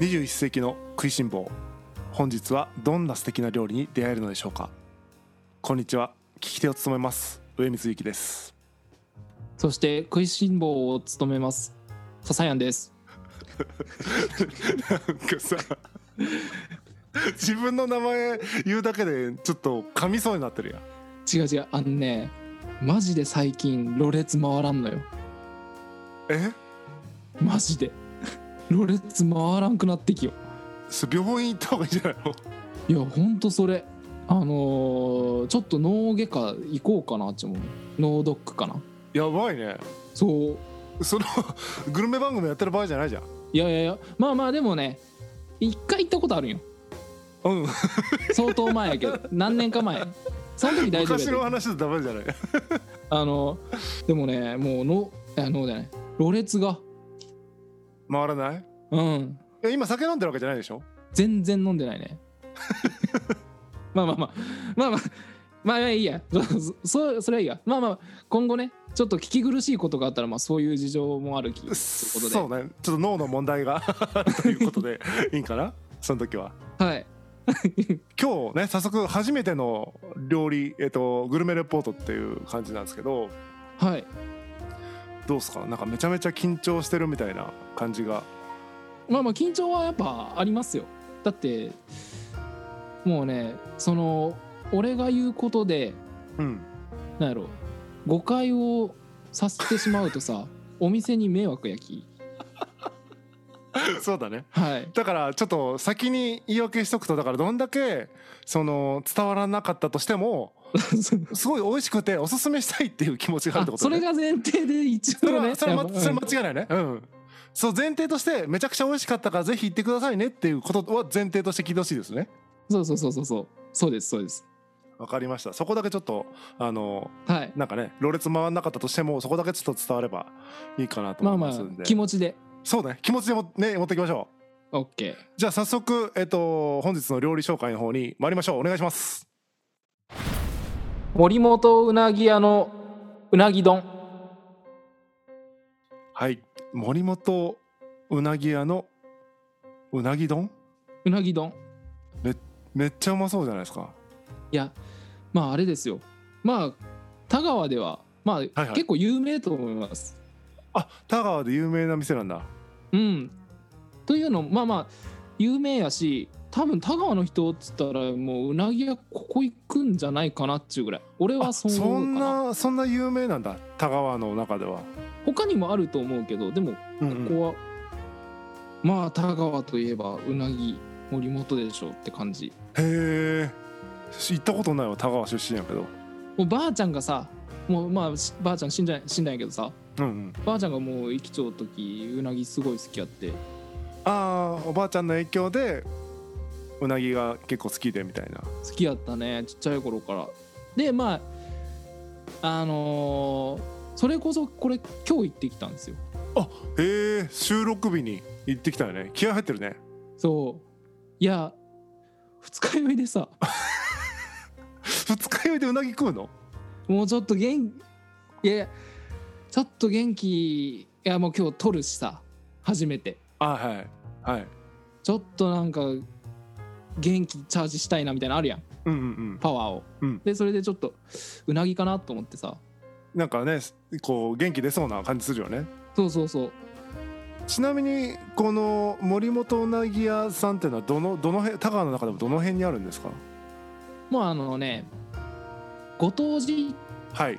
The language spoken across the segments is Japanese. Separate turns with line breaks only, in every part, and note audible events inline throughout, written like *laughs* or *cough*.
21世紀の食いしん坊本日はどんな素敵な料理に出会えるのでしょうかこんにちは聞き手を務めます上水幸です
そして食いしん坊を務めます笹谷です
なんか *laughs* さ自分の名前言うだけでちょっと噛みそうになってるやん
違う違うあのねマジで最近ろれつ回らんのよ
え
マジで *laughs* ろれつ回らんくなってきよ
そ病院行った方がいいんじゃないの
いやほんとそれあのーちょっと脳外科行こうかなって思う脳ドックかな
やばいね
そう
そのグルメ番組やってる場合じゃないじゃん
いやいやいやまあまあでもね一回行ったことあるんよ
うん
相当前や
*laughs*
けど何年か前その時大丈夫や
昔
で
の話とダメじゃない
あのでもねもうのあのねろれつが
回らない
うん
え今酒飲んでるわけじゃないでしょ
全然飲んでないね *laughs* まあまあまあまあまあまあいいやそそそれはいいやまあまあ今後ねちょっと聞き苦しいことがあったらまあそういう事情もあるきということで
そうねちょっと脳の問題 *laughs* があるということでいいんかなその時は
はい
今日ね早速初めての料理、えっとグルメレポートっていう感じなんですけど
はい
どうっすかなんかめちゃめちゃ緊張してるみたいな感じが
まあまあ緊張はやっぱありますよだってもうねその俺が言うことで
うん
なんやろ誤解をさせてしまうとさ *laughs* お店に迷惑やき
*laughs* そうだね *laughs*
はい
だからちょっと先に言い訳しとくとだからどんだけその伝わらなかったとしてもすごい美味しくておすすめしたいっていう気持ちがあるって
あ
こと
そ
ね
れが前提で
*laughs*
一
それ
応ね
はそれは
やっ
ま
ぱ
それは間違いないねうんそう前提としてめちゃくちゃ美味しかったからぜひ行ってくださいねっていうことは前提として聞いてほしいですね
そうそうそうそうそう。そうですそうです。
わかりましたそこだけちょっとあの
はい。
なんかねろれつ回んなかったとしてもそこだけちょっと伝わればいいかなと
ま
思
あ
い
ま
ますんで、
あ気持ちで。
そうね気持ちでもね持っていきましょう
オッケー。
じゃあ早速えっと本日の料理紹介の方に参りましょうお願いします
森本うなぎ屋のうなぎ丼。
はい森本うなぎ屋のうなぎ丼
うなぎ丼。
めっちゃうまそうじゃないですか
いや、まああれですよ。まあ田川ではまあ、
はい
結構有名と思います。
あ田川で有名な店なんだ
うん。というのもまあまあ有名やし。多分田川の人っつったらもううなぎ屋ここ行くんじゃないかなっちゅうぐらい俺は
あ
そ
そう
思うんかな
なそんな有名なんだ田川の中では、
他にもあると思うけどでも
うんう
こ
ん
こは、まあ田川といえばうなぎ森本でしょうって感じ
へえ行ったことないわ田川出身やけど
もうばあちゃんがさもうまあしばあちゃん死んじゃ死んだんやけどさ
うんうん
ばあちゃんがもう生きちょう時うなぎすごい好きやって
ああおばあちゃんの影響でうなぎが結構好きでみたいな
好きやったねちっちゃい頃からでまああのーそれこそこれ今日行ってきたんですよ
へえ収録日に行ってきたよね気合入ってるね *laughs*
そういや二日酔いでさ
二日酔いでうなぎ食うの
もうちょっと元いやいやちょっと元気いやもう今日撮るしさ初めて
あはいはい
ちょっとなんか元気チャージしたいなみたいなのあるやん
うんうんうん
パワーを、
うん
でそれでちょっとうなぎかなと思ってさ
なんかねこう元気出そうな感じするよね
そうそうそう
ちなみにこの森本うなぎ屋さんっていうのはどのどの辺田川の中でもどの辺にあるんですか
もうあのねご当地
はい
っ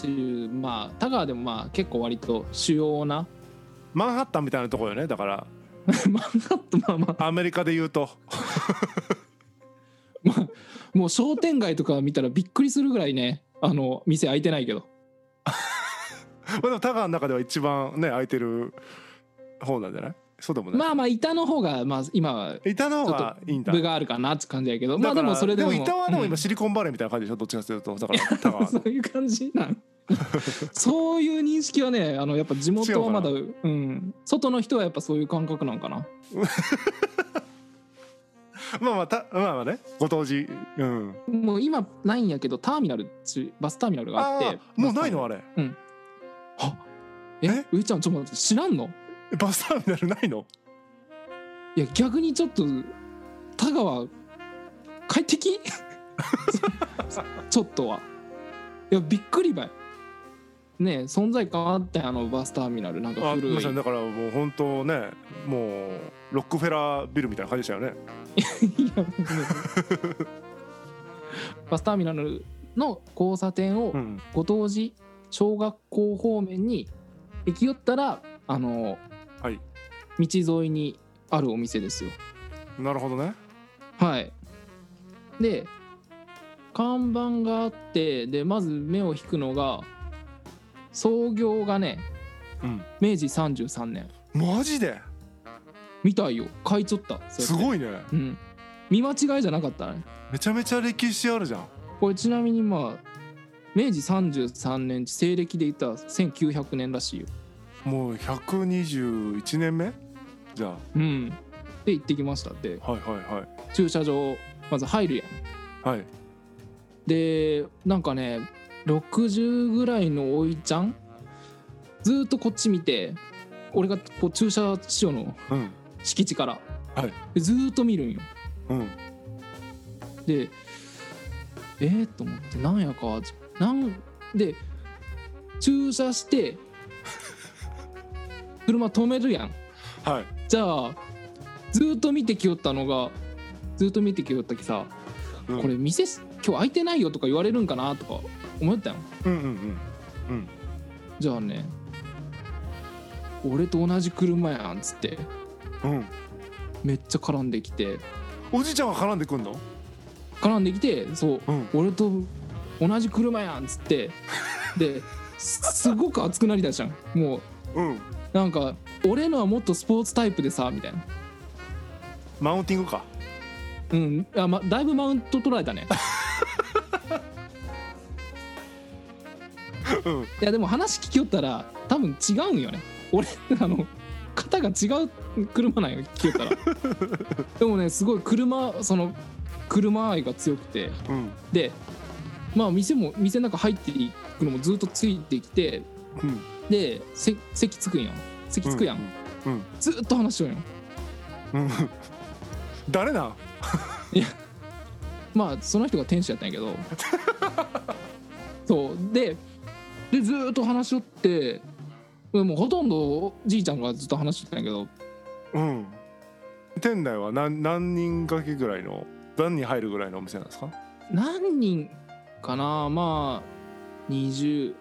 ていうまあ田川でもまあ結構割と主要な *laughs*
マンハッタンみたいなところよねだから
まあちょっとまあまあ
アメリカで言うと *laughs*
まあもう商店街とか見たらびっくりするぐらいねあの店開いてないけど
まあでも田川の中では一番ね空いてる方なんじゃないそうでもない、
まあまあ板の方がまあ今は
板の方がいいんだ
部があるかなって感じやけど
だ
まあ
か
で
ら
もそれでも
板はでも
うん
今シリコンバレーみたいな感じでしょどっちかというとだ
*laughs*
から田川
そ
の
ういう感じなん
*laughs*
そういう認識はねあのやっぱ地元はまだうん、外の人はやっぱそういう感覚なんかな
まあまあたまあまあねご当地うん
もう今ないんやけどターミナルっちゅバスターミナルがあ
あ
って
ーもうないのあ
れ
れ
えういちゃんちょっと待って知らんの
バスターミナルないの
いや逆にちょっと田川快適ちょっとはいやびっくりばいねえ存在感あってあのバスターミナルなんか
あ
古い
まさにだからもう本当ねもうロックフェラービルみたいな感じでしたよね
いやもうね *laughs* バスターミナルの交差点を
うん
ご当地小学校方面に行き寄ったらあの
はい
道沿いにあるお店ですよ
なるほどね
はいで看板があってでまず目を引くのが創業がね
うん
明治33年
マジで
みたいよ買いちょった
す
い、
ごいね
うん、見間違いじゃなかったね
めちゃめちゃ歴史あるじゃん
これちなみにまあ明治33年西暦で言ったら1900年らしいよ
もう121年目じゃ
うんで行ってきましたって
あはいは
駐車場まず入るやん
いはいはい
でなんかね60ぐらいのおいちゃんずーっとこっち見て俺がこう駐車場の
うん
敷地から、
はい
でずーっと見るんよ
うん
でえー、と思ってなんやかなんで駐車して車止めるやん
はい
じゃあずーっと見てきよったのがずーっと見てきよったきさ、
うん
これ店す今日開いてないよとか言われるんかなとか思ったよ
うんうんうん
じゃあね俺と同じ車やんっつって
うんうん
めっちゃ絡んできて
おじいちゃんが絡んでくんの
絡んできてそう
うん
俺と同じ車やんっつってです *laughs* すごく熱くなりだしたんもう
うん
なんか俺のはもっとスポーツタイプでさみたいな
マウンティングか
うんあ、ま、だいぶマウント取られたね
うん
いやでも話聞きよったら多分違うんよね俺あの型が違う車なんよ聞きよったら
*laughs*
でもねすごい車その車愛が強くて
うん
でまあ店も店の中入っていくのもずっとついてきて
うん
でせ席つくんやん席つくやん、
うん
ずーっと話しようよ
うんうん誰なん
まあその人が店主やった
*laughs*
んやけどそうででずーっと話しよってもうほとんどおじいちゃんがずっと話してたんやけど
うん店内は何何人掛けぐらいの何人入るぐらいのお店なんですか
何人かなまあ2020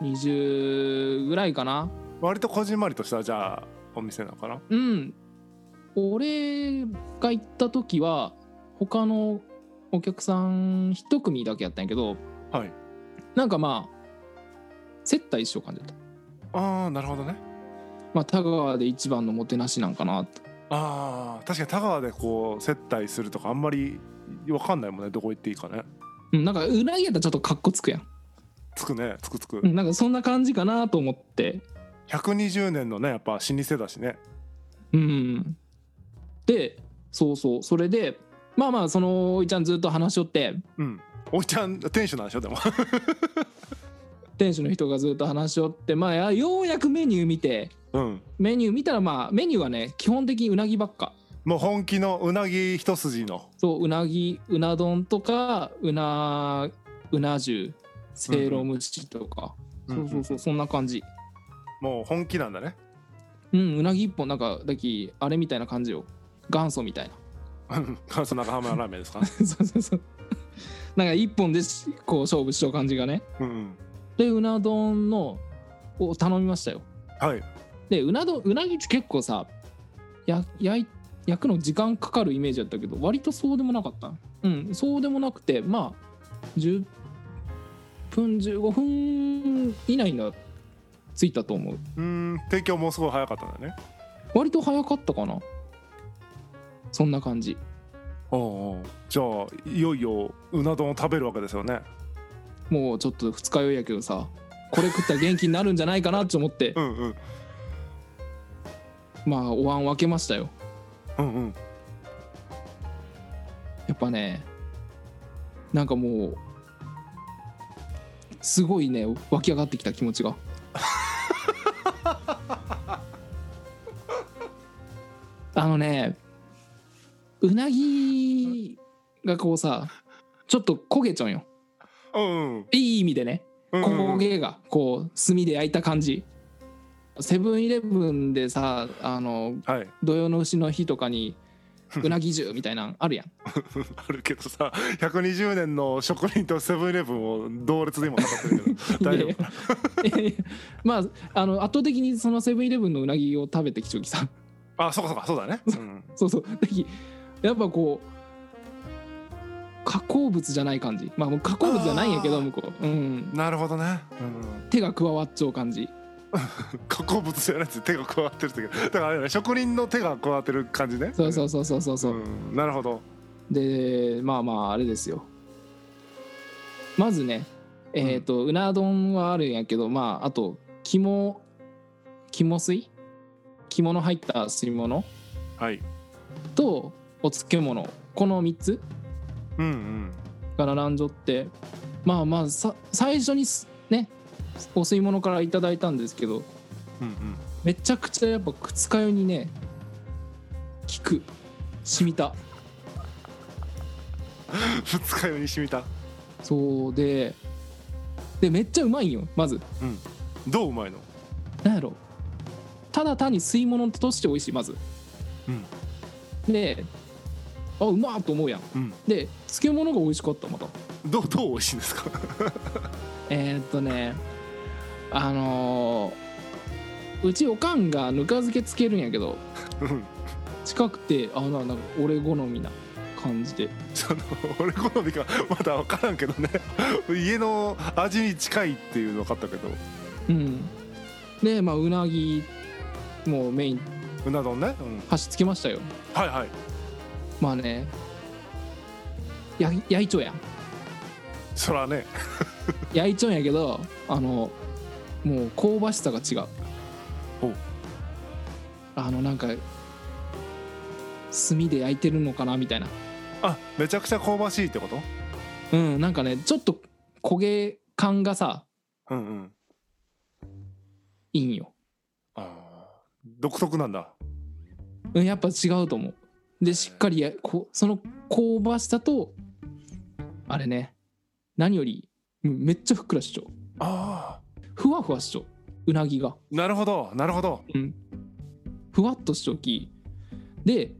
20ぐらいかな
割とこじんまりとしたじゃあお店なのかな
うん俺が行った時は他のお客さん一組だけやったんやけど
はい
なんかまあ接待しよう感じだった
ああなるほどね
まあ田川で一番のもてなしなんかなって
ああ確かに田川でこう接待するとかあんまり分かんないもんねどこ行っていいかね
うんなんか裏やったらちょっとかっこつくやん
つくねつくつく、
うんなんかそんな感じかなと思って
120年のねやっぱ老舗だしね
うんでそうそうそれでまあまあそのおいちゃんずっと話しよって
うんおいちゃん店主なんでしょでも
店主の人がずっと話しよってまあやようやくメニュー見て
うん
メニュー見たらまあメニューはね基本的にうなぎばっか
もう本気のうなぎ一筋の
そううなぎうな丼とかうなうな重せいろ蒸しとか、
うんうん
そうそうそうそんな感じ
もう本気なんだね
うんうなぎ一本なんかだっきあれみたいな感じよ元祖みたいな
うん元祖長浜ラーメンですか
*laughs* そうそうそうなんか一本でしこう勝負しちゃう感じがね
*laughs* うんうん
でうな丼のを頼みましたよ
はいう
でうな丼うなぎって結構さや焼い焼くの時間かかるイメージだったけど割とそうでもなかったうんそうでもなくてまあ10分15分以内には着いたと思う
ーん提供もすごい早かったんだね
割と早かったかなそんな感じ
おうおうじゃあいよいような丼を食べるわけですよね
もうちょっと二日酔いやけどさこれ食ったら元気になるんじゃないかなって思って
うんうん
まあお椀分けましたよ
うんうん
やっぱねなんかもうすごいね湧き上がってきた気持ちがあのねうなぎがこうさちょっと焦げちゃうんよ
うんうん
いい意味でね
うんうん
焦げがこう炭で焼いた感じセブンイレブンでさあの
はい *laughs*
土用の牛の日とかにうなぎ重みたいなんあるやん
あるけどさ120年の職人とセブンイレブンを同列で今語ってるけど *laughs* 大丈
で *laughs*
夫
まああの圧倒的にそのセブンイレブンのうなぎを食べてきちょきさ *laughs*
あそうかそうかそうだね、うん、
そうそう。でやっぱこう、加工物じゃない感じ。まあもう加工物じゃないんやけ
あ
ど、
ー
向こう。うん。
なるほどね、うん、
手が加わっちゃう感じ。
加工物じゃないやつ手が加わってるってだからあれだね職人の手が加わってる感じね
そうそううそうそうそうそう。
ん、なるほど
で、まあまあ、あれですよ。まずね、えっ、と、うな丼はあるんやけど、まあ、あと、肝、肝水肝の入った吸い物
はい
と、お漬物。この3つ
うんうん
が並んじょってまあまあさ最初にすねお吸い物からいただいたんですけ
う
ど
んうん
めちゃくちゃやっぱ二日酔いにね効く染みた
二日酔いにしみた
そうででめっちゃうまいんよまず
どううまいの
なんやろただ単に吸い物として美味しいまず
うん
であうまーと思うやん
うん
で漬物が美味しかったまた
どうどう美味しいんですか
えーっとねあのーうちおかんがぬか漬けつけるんやけど
うん
近くてあななんか俺好みな感じで
その俺好みかまだ分からんけどね家の味に近いっていうの分かったけど
うんでまあうなぎもうメイン
うな丼ね、うん、
箸つけましたよ
はいはい
まあねや焼いちょやん
そらね
焼いちょんやけどあのもう香ばしさが違う
ほう
あのなんか炭で焼いてるのかなみたいな
あめちゃくちゃ香ばしいってこと
うんなんかねちょっと焦げ感がさ
うんうん
いいんよ
ああ独特なんだ
うんやっぱ違うと思うでしっかりやこその香ばしさとあれね何よりうんめっちゃふっくらしちゃう
ああ
ふわふわしちゃううなぎが、
なるほどなるほど
うん、ふわっとしちゃうきで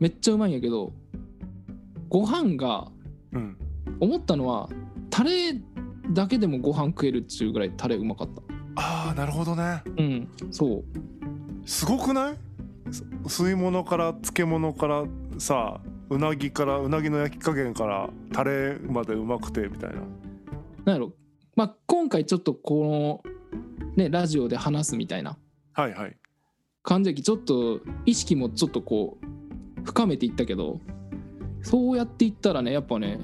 めっちゃうまいんやけどご飯が
うん
思ったのはタレだけでもご飯食えるっちゅうぐらいタレうまかった
ああなるほどね
うんそう
すごくないす吸い物から漬物からさうなぎからうなぎの焼き加減からタレまでうまくてみたいな
なんやろまあ今回ちょっとこのねラジオで話すみたいな
はいはい
感じやきちょっと意識もちょっとこう深めていったけどそうやっていったらねやっぱね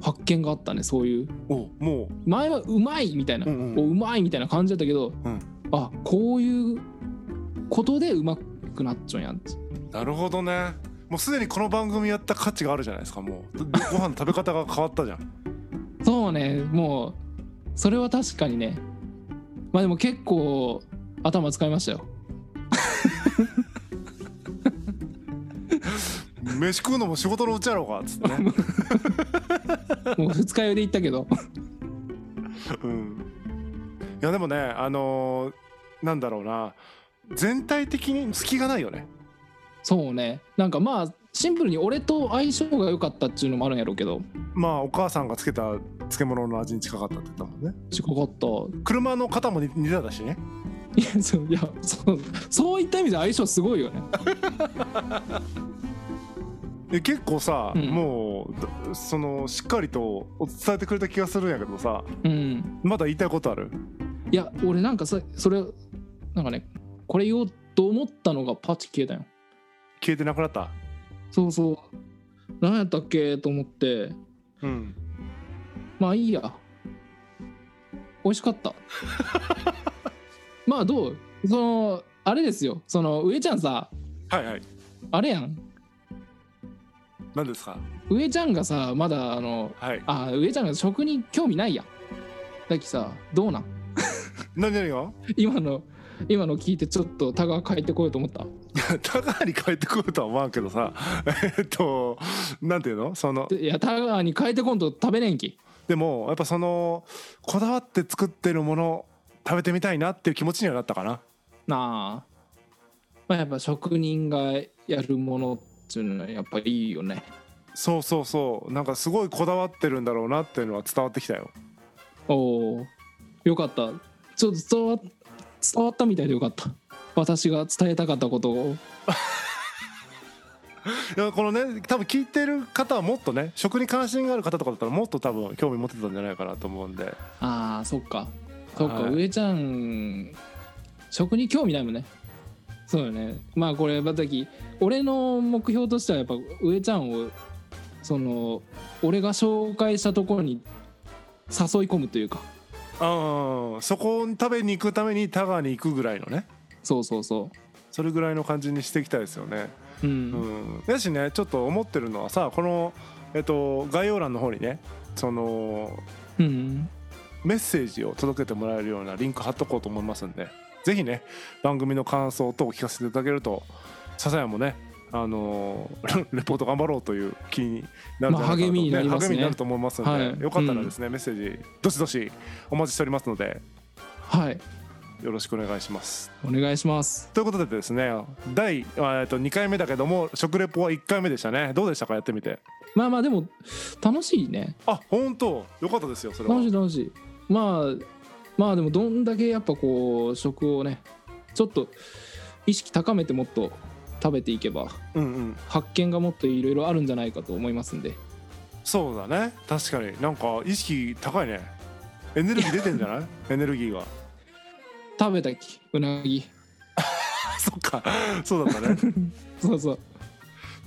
発見があったねそういう
おも
前はうまいみたいな、
うんうん
おうまいみたいな感じだったけど、
うん
あこういうことでうまくなっちゃうんやん
うなるほどねもうすでにこの番組やった価値があるじゃないですかもうご飯の食べ方が変わったじゃん *laughs*
そうねもうそれは確かにねまあでも結構頭使いましたよ
飯食うのも仕事のうちやろうかっつってね、
もう二日酔いで行ったけど
*laughs* うん、いやでもねあのーなんだろうな全体的に隙がないよね
そうねなんかまあシンプルに俺と相性が良かったっていうのもあるんやろうけど
まあお母さんがつけた漬物の味に近かったって言ったもんね
近かった
車の型も似似てたしね
いやそういやそうそういった意味で相性すごいよね
え結構さ、
うん
もうどそのしっかりと伝えてくれた気がするんやけどさ
うん
まだ言いたいことある
いや俺なんかさそれなんかねこれ言おうと思ったのがパチ消えたよ
消えてなくなった
そうそう何やったっけと思って
うん
まあいいや美味しかった *laughs* まあどうそのあれですよその上ちゃんさ
はいはい
あれやん
何ですか
上ちゃんがさまだあの
はい
あ上ちゃんが食に興味ないやんだっきさどうなん
何何が
今の今の聞いてちょっと田川帰ってこようと思った
*laughs* 高に帰ってくるとは思わんけどさ *laughs* えっとなんていうのその
でいや田川に帰ってこんと食べれんき
でもやっぱそのこだわって作ってるもの食べてみたいなっていう気持ちにはなったかな
なあまあやっぱ職人がやるものっていうのはやっぱりいいよね
そうそうそうなんかすごいこだわってるんだろうなっていうのは伝わってきたよ
おおよかったちょっと伝わ伝わったみたいでよかった私が伝えたかったことを
いやこのね多分聞いてる方はもっとね食に関心がある方とかだったらもっと多分興味持ってたんじゃないかなと思うんで
ああそっかそっか、
はい
上ちゃん食に興味ないもんねそうよねまあこれまたき俺の目標としてはやっぱ上ちゃんをその俺が紹介したところに誘い込むというか
うんそこに食べに行くために田川に行くぐらいのね
そうそうそ
それぐらいの感じにしていきたいですよね。
うう、
うんん、だしねちょっと思ってるのはさこの、えっと、概要欄の方にねその
うん、
メッセージを届けてもらえるようなリンク貼っとこうと思いますんでぜひね番組の感想等を聞かせていただけると笹谷もねあのー *laughs* レポート頑張ろうという気になるんじゃないかなと、
まあ励みになりますね
励みになると思いますので、
はい
よかったらですね、メッセージどしどしお待ちしておりますので
はい
よろしくお願いします。
お願いします
ということでですね第、あえっと、2回目だけども食レポは1回目でしたねどうでしたかやってみて
まあまあでも楽しいね
あ本当よかったですよそれは
楽しい楽しいまあまあでもどんだけやっぱこう食をねちょっと意識高めてもっと食べていけば
うんうん
発見がもっといろいろあるんじゃないかと思いますんで
そうだね確かになんか意識高いねエネルギー出てんじゃ *laughs* ないエネルギーが
食べたきうなぎ
そっかそうだったね *laughs*
そうそう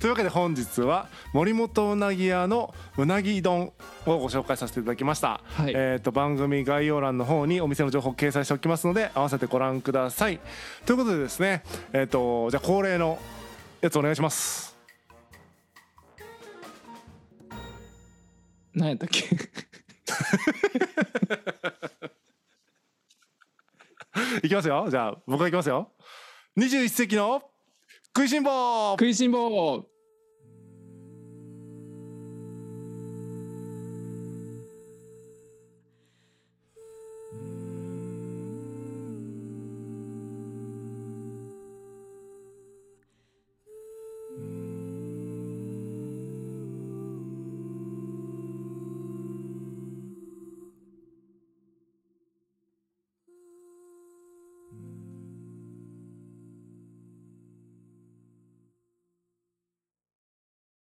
というわけで本日は森本うなぎ屋のうなぎ丼をご紹介させていただきました、
はい、
えー、と番組概要欄の方にお店の情報を掲載しておきますので合わせてご覧くださいということでですねえっ、とじゃあ恒例のやつお願いします
何やったっけ *laughs*
いきますよじゃあ僕がいきますよ21世紀の食いしん坊
食いしん坊